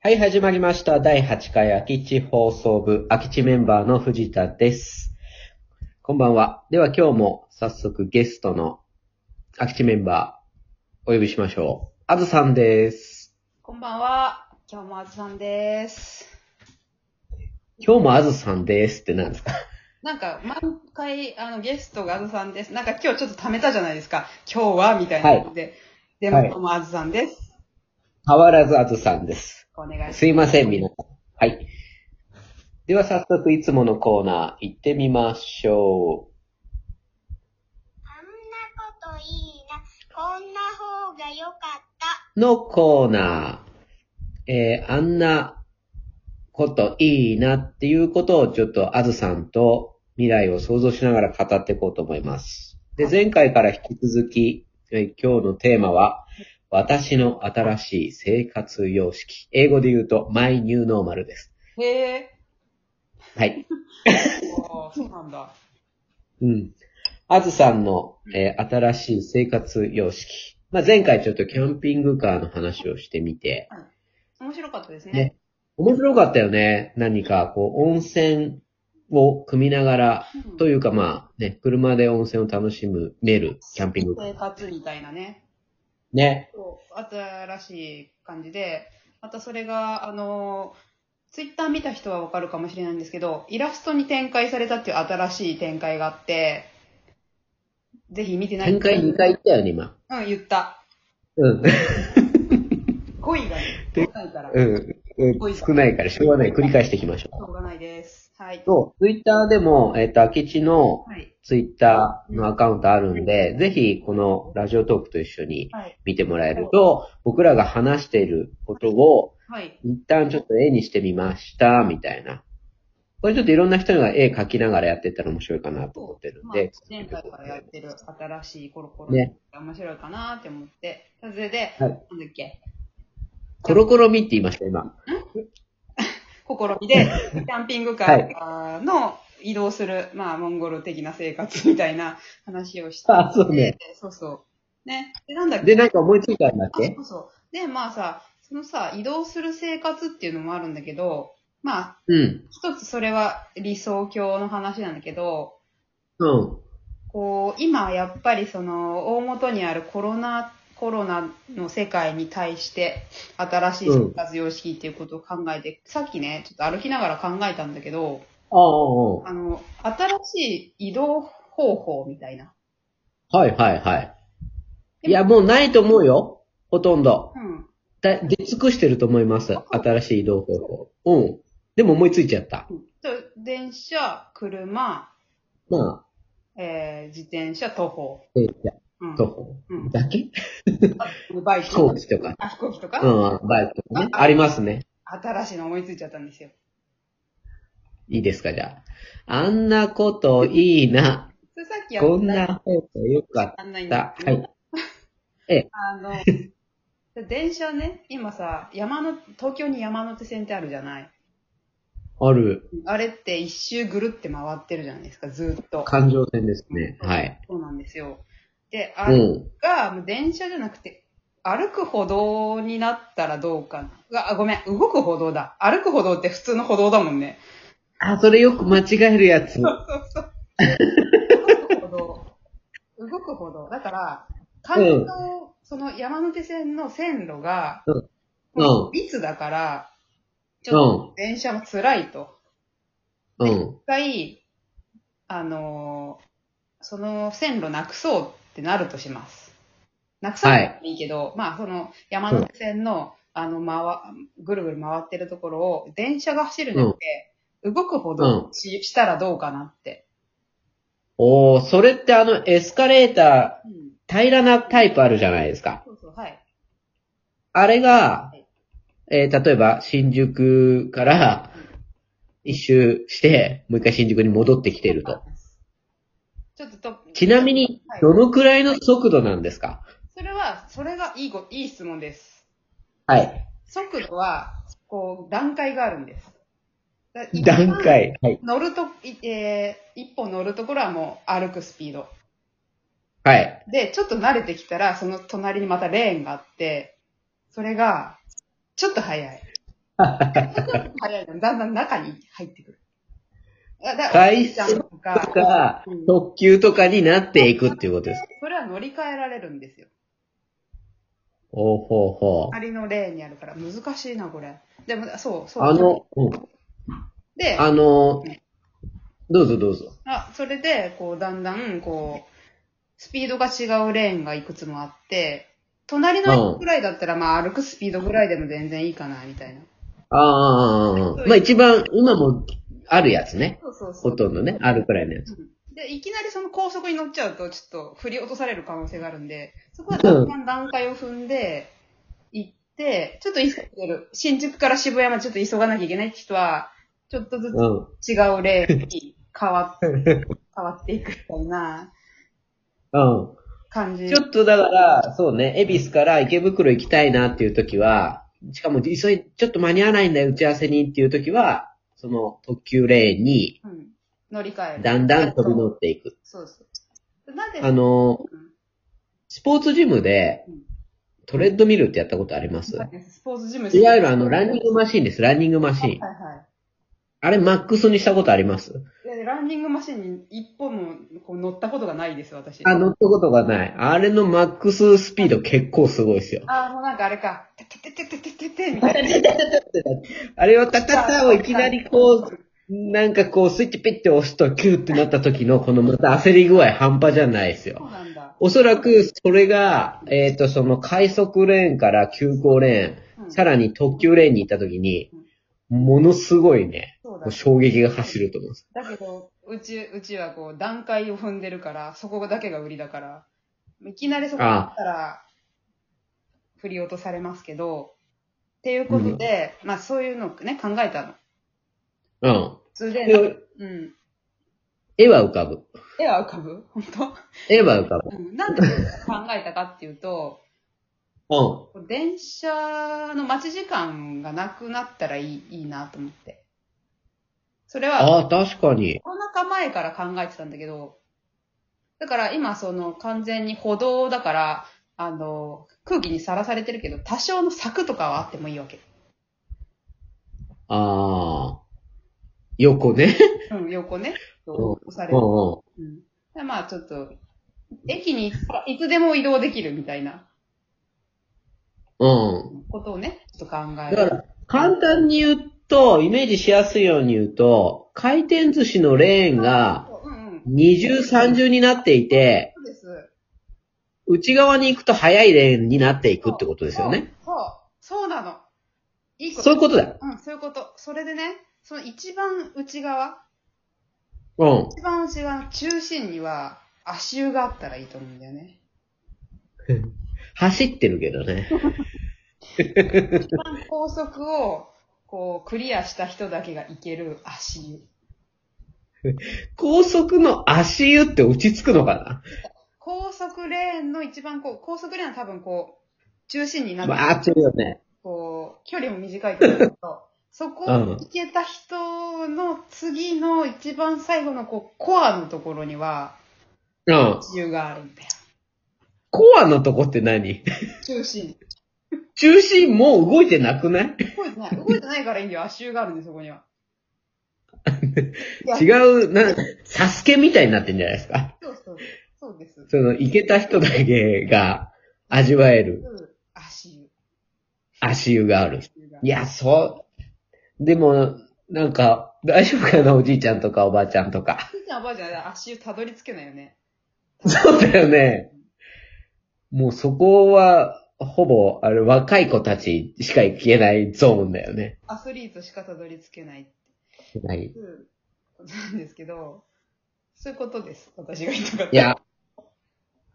はい、始まりました。第8回空き地放送部、空き地メンバーの藤田です。こんばんは。では今日も早速ゲストの空き地メンバー、お呼びしましょう。あずさんです。こんばんは。今日もあずさんです。今日もあずさんですってなんですかなんか、毎回、あの、ゲストがあずさんです。なんか今日ちょっと溜めたじゃないですか。今日は、みたいなことで。でも、はい今日もあずさんです。変わらずあずさんです。お願いします。すいません、皆さん。はい。では早速いつものコーナー行ってみましょう。あんなこといいな。こんな方が良かった。のコーナー。えー、あんなこといいなっていうことをちょっとあずさんと未来を想像しながら語っていこうと思います。で、前回から引き続き、えー今日のテーマは、私の新しい生活様式。英語で言うと、マイニューノーマルです。へえ。はい。おーそうなんだ。うん。あずさんの、えー新しい生活様式。まあ、前回ちょっとキャンピングカーの話をしてみて、面白かったですね。ね面白かったよね。何か、こう、温泉を組みながら、うんというかまあね、車で温泉を楽しむ、メル、キャンピングカー。生活みたいなね。ね。そう新しい感じで、またそれが、あの、ツイッター見た人はわかるかもしれないんですけど、イラストに展開されたっていう新しい展開があって、ぜひ見てない展開2回行ったよね、今。うん、言った。うん。語彙がね、で高いから、しうん。うん少ないから、しょうがない。繰り返していきましょょうがないです。はい。う。そう、ツイッターでも、えっ、と、明智のはい。ツイッターのアカウントあるんで、ぜひ、このラジオトークと一緒にはい。見てもらえると、僕らが話していることを、はい。一旦ちょっと絵にしてみました、みたいな。これちょっといろんな人が絵描きながらやってったら面白いかなと思ってるんまあで。、前回からやってる新しいコロコロねが面白いかなって思って、それで、はいなんだっけ、コロコロミって言いました、今。試 みで、キャンピングカーの移動する、まあ、モンゴル的な生活みたいな話をして、あそうねで。そうそう。ね。で、なんだっけで、なんか思いついたんだっあけそうそう。で、まあさ、そのさ、移動する生活っていうのもあるんだけど、まあ、うん。一つそれは理想郷の話なんだけど、うん。こう、今やっぱりその、大元にあるコロナ、コロナの世界に対して、新しい生活様式っていうことを考えて、さっきね、ちょっと歩きながら考えたんだけど、あああの、新しい移動方法みたいな。ああ、はいはいはい。いや、もうないと思うよ。ほとんど。うん。だ出尽くしてると思います。新しい移動方法。うん。でも思いついちゃった。と電車、車、まえー、自転車、徒歩。あ、電車、うん。徒歩うん。だけ あバイク。飛行機とか。あ飛行機とか、うん、バイクとかね。ありますね。新しいの思いついちゃったんですよ。いいですか、じゃあ。あんなこといいな。それさっきやったこんなことよかあんないっんたはだ。い。あの、 電車ね、今さ、山の、東京に山手線ってあるじゃないあるあれって一周ぐるって回ってるじゃないですか、ずっと。環状線ですね。はい。そうなんですよ。で、あうれん。が、もう電車じゃなくて、歩く歩道になったらどうかなうわ。あ、ごめん、動く歩道だ。歩く歩道って普通の歩道だもんね。あ、それよく間違えるやつ。そうそうそう。動く歩道。動く歩道。だから、環状、その山手線の線路が、うんもう密だから、ちうょんっと。電車も辛いと。うん一。回、あのーその線路なくそうってなるとします。なくさなくてもいいけど、まあその山手線の、あの、まわ、ぐるぐる回ってるところを電車が走るので、動くほどし,、したらどうかなって。おー、それってあの、エスカレータうん。ー、平らなタイプあるじゃないですか。そうそう、はい。あれが、えー例えば、新宿から一周して、もう一回新宿に戻ってきてると。ちょっとと、ちなみには、いどのくらいの速度なんですかそれは、それがいいご、いい質問です。 はい。速度は、こう、段階があるんです。だ段。階。はい。乗ると、いえー、一歩乗るところはもう歩くスピード。はい。で、ちょっと慣れてき たら、その隣にまたレーンがあって、それが、ちょっと速い。早いのだんだん中に入ってくる。だだ回おじいちゃんととか、か、うん特急とかになっていくっていうことです。それは乗り換えられるんですよ。おうほうほう。ありの例にあるから、難しいな、これ。でも、そう、そう。あの、うん、で、あの、どうぞどうぞ。あ、それで、こう、だんだん、こう、スピードが違うレーンがいくつもあって、隣のうん人ぐらいだったら、まあ、歩くスピードぐらいでも全然いいかな、みたいな。ああああ、ああまあ一番、今もあるやつね。そうそうそほう。とんどね、あるくらいのやつ。で、いきなりその高速に乗っちゃうと、ちょっと振り落とされる可能性があるんで、そこはだんだん段階を踏んで、行って、ちょっと急いでる。新宿から渋谷までちょっと急がなきゃいけない人は、ちょっとずつうん。違う例に変わっ変わっていくみたいなうん。感じ。ちょっとだから、そうね、恵比寿から池袋行きたいなっていう時は、しかも急い、ちょっと間に合わないんだよ、打ち合わせにっていう時は、その特急レーンに、うん、乗り換える。だんだん飛び乗る。っていく。そうそう。なぜ あの、スポーツジムでうん、トレッドミルってやったことありますうんスポーツジムいわゆるあの、ランニングママシンです、ランニングマシン。はいはあれ、マックスにしたことありますい。でランニングマシンに一歩もこう乗ったことがないです、私。あ、乗ったことがない。あれのマックススピード結構すごいですよ。あー、もうなんかあれか。ててててててててみたいな。あれをタタタをいきなりこう、なんかこうスイッチピッて押すとキューってなった時のこのまた焦り具合半端じゃないですそうよ。なんだ。おそらくそれが、えっ、とその快速レーンから急行レうーン、んさらに特急レーンに行った時に、ものすごいね、そうこうだ。衝撃が走ると思うんです。だけど、うち、うちはこう、段階を踏んでるから、そこだけが売りだから、いきなりそこだったら、振り落とされますけど、っていうことで、まあそういうのをね、考えたの。うん。普通で、でうん。絵は浮かぶ。絵は浮かぶ本絵は浮かぶ。当、うん、なんで考えたかっていうと、うん。電車の待ち時間がなくなったらいいいいなと思って。それは、ああ、確かに。コロナ禍前から考えてたんだけど、だから今その完全に歩道だから、あの、空気にさらされてるけど、多少の柵とかはあってもいいわけ。ああ。横 ね。うん、横ね。うん押されうんる。うん。うん。でまあちょっと、駅にいつでも移動できるみたいなうん。ことをね、ちょっと考だえかる。ら、簡単に言うと、イメージしやすいように言うと、回転寿司のレーンがうんうん。二重三重になっていて、そうです。内側に行くと速いレーンになっていくってことですよね。そう。そう。そうなの。いいこと。そういうことだ。うん、そういうこと。それでね、その一番内側、うん。一番内側の中心には足湯があったらいいと思うんだよね。走ってるけど ね。一番高速を、こう、クリアした人だけが行ける足湯。高速の足湯って落ち着くのか高速レーンの一番こう、高速レーンは多分こう、中心にななってわーっというよね。こう、距離も短いと思うけど、そこをうん行けた人の次の一番最後のこう、コアのところには、うん。足湯があるんだよ。コアのとこって何中心。中心もう動いてなくない動いてない。動いてないからいいんだよ。足湯があるんだよ、そこには。いや違う、な、サスケみたいになってんじゃないですか。そうそう。そうです。その、行けた人だけが味わえる。うん足湯。足湯がある。足湯がいや、そう。でも、なんか、大丈夫かなおじいちゃんとかおばあちゃんとか。おじいちゃんおばあちゃん、足湯たどり着けないよね。そうだよね。もうそこは、ほぼ、あれ、若い子たちしか行けないゾーンだよね。アスリートしかたどり着けないってはい。いうことなんですけど、そういうことです。私が言いたかった。いや、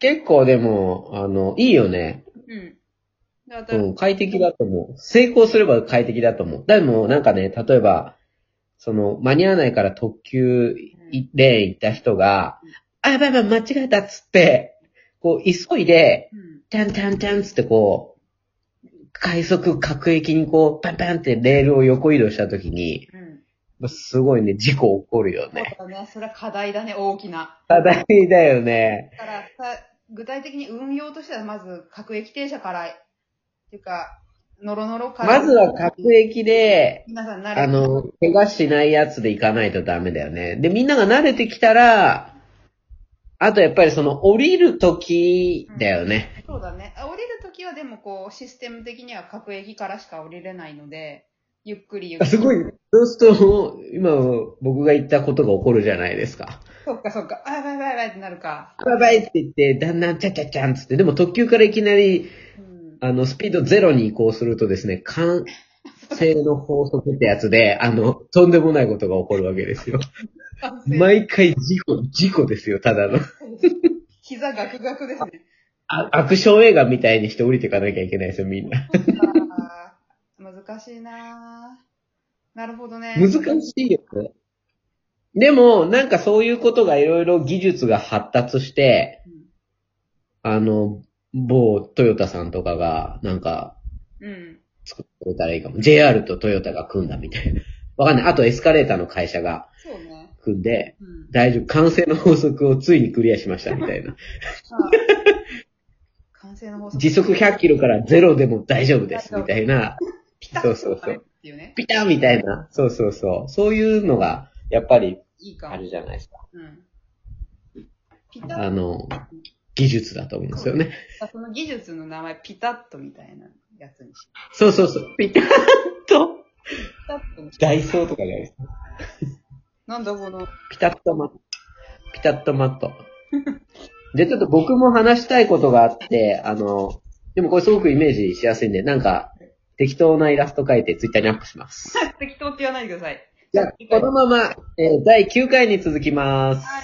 結構でも、あの、いいよね。うん。で、私、うん、快適だと思う。成功すれば快適だと思う。でも、なんかね、例えば、その、間に合わないから特急いレーン行った人が、あ、やばいやばい、間違えたっつって、こう、急いで、うん。タンタンタンっつってこう、快速、各駅にこう、パンパンってレールを横移動した時に、うん。すごいね、事故起こるよね。そうだね。それは課題だね、大きな。課題だよね。だからさ、具体的に運用としては、まず、各駅停車から、っていうか、ノロノロから。まずは各駅で、皆さん慣れあの、怪我しないやつで行かないとダメだよね。で、みんなが慣れてきたら、あとやっぱりその降りる時だよね。そうだね。あ降りるときはでもこう、システム的には各駅からしか降りれないので、ゆっくりゆっくり。すごい。。そうすると、今僕が言ったことが起こるじゃないですか。そっかそっか。あ、やばいやばいやばいってなるか。やばいって言って、だんだんちゃちゃちゃんっつって、でも特急からいきなり、うん。あの、スピードゼロに移行するとですね、慣性の法則ってやつで、あの、とんでもないことが起こるわけですよ。毎回事故、事故ですよ、ただの。膝ガクガクですね。あアクション映画みたいにして降りていかなきゃいけないですよ、みんな。あー難しいなぁ。なるほどね。難しいよね。でも、なんかそういうことがいろいろ技術が発達して、あの、某トヨタさんとかが、なんか、うん。作ってくれたらいいかも。JR とトヨタが組んだみたいな。わかんない。あとエスカレーターの会社がそうね。組んで、うん。大丈夫。完成の法則をついにクリアしましたみたいな。あー完成の法則。時速100キロからゼロでも大丈夫ですみたいな。ピタッそうそうそうっていうね。ピタンみたいな。そうそうそう。そういうのが、やっぱりいいかもあるじゃないですか。うん。ピタあッの、技術だと思うんですよね。その技術の名前、ピタッとみたいなやつにしそうそうそう。ピタッと、ピタッとにしダイソーとかじゃないですか。なんだこの、ピタッとマット。ピタッとマッ ト。で、ちょっと僕も話したいことがあって、あの、でもこれすごくイメージしやすいんで、なんか、適当なイラスト描いてツイッターにアップします。適当って言わないでください。じゃあ、このまま、えー第9回に続きます。はい。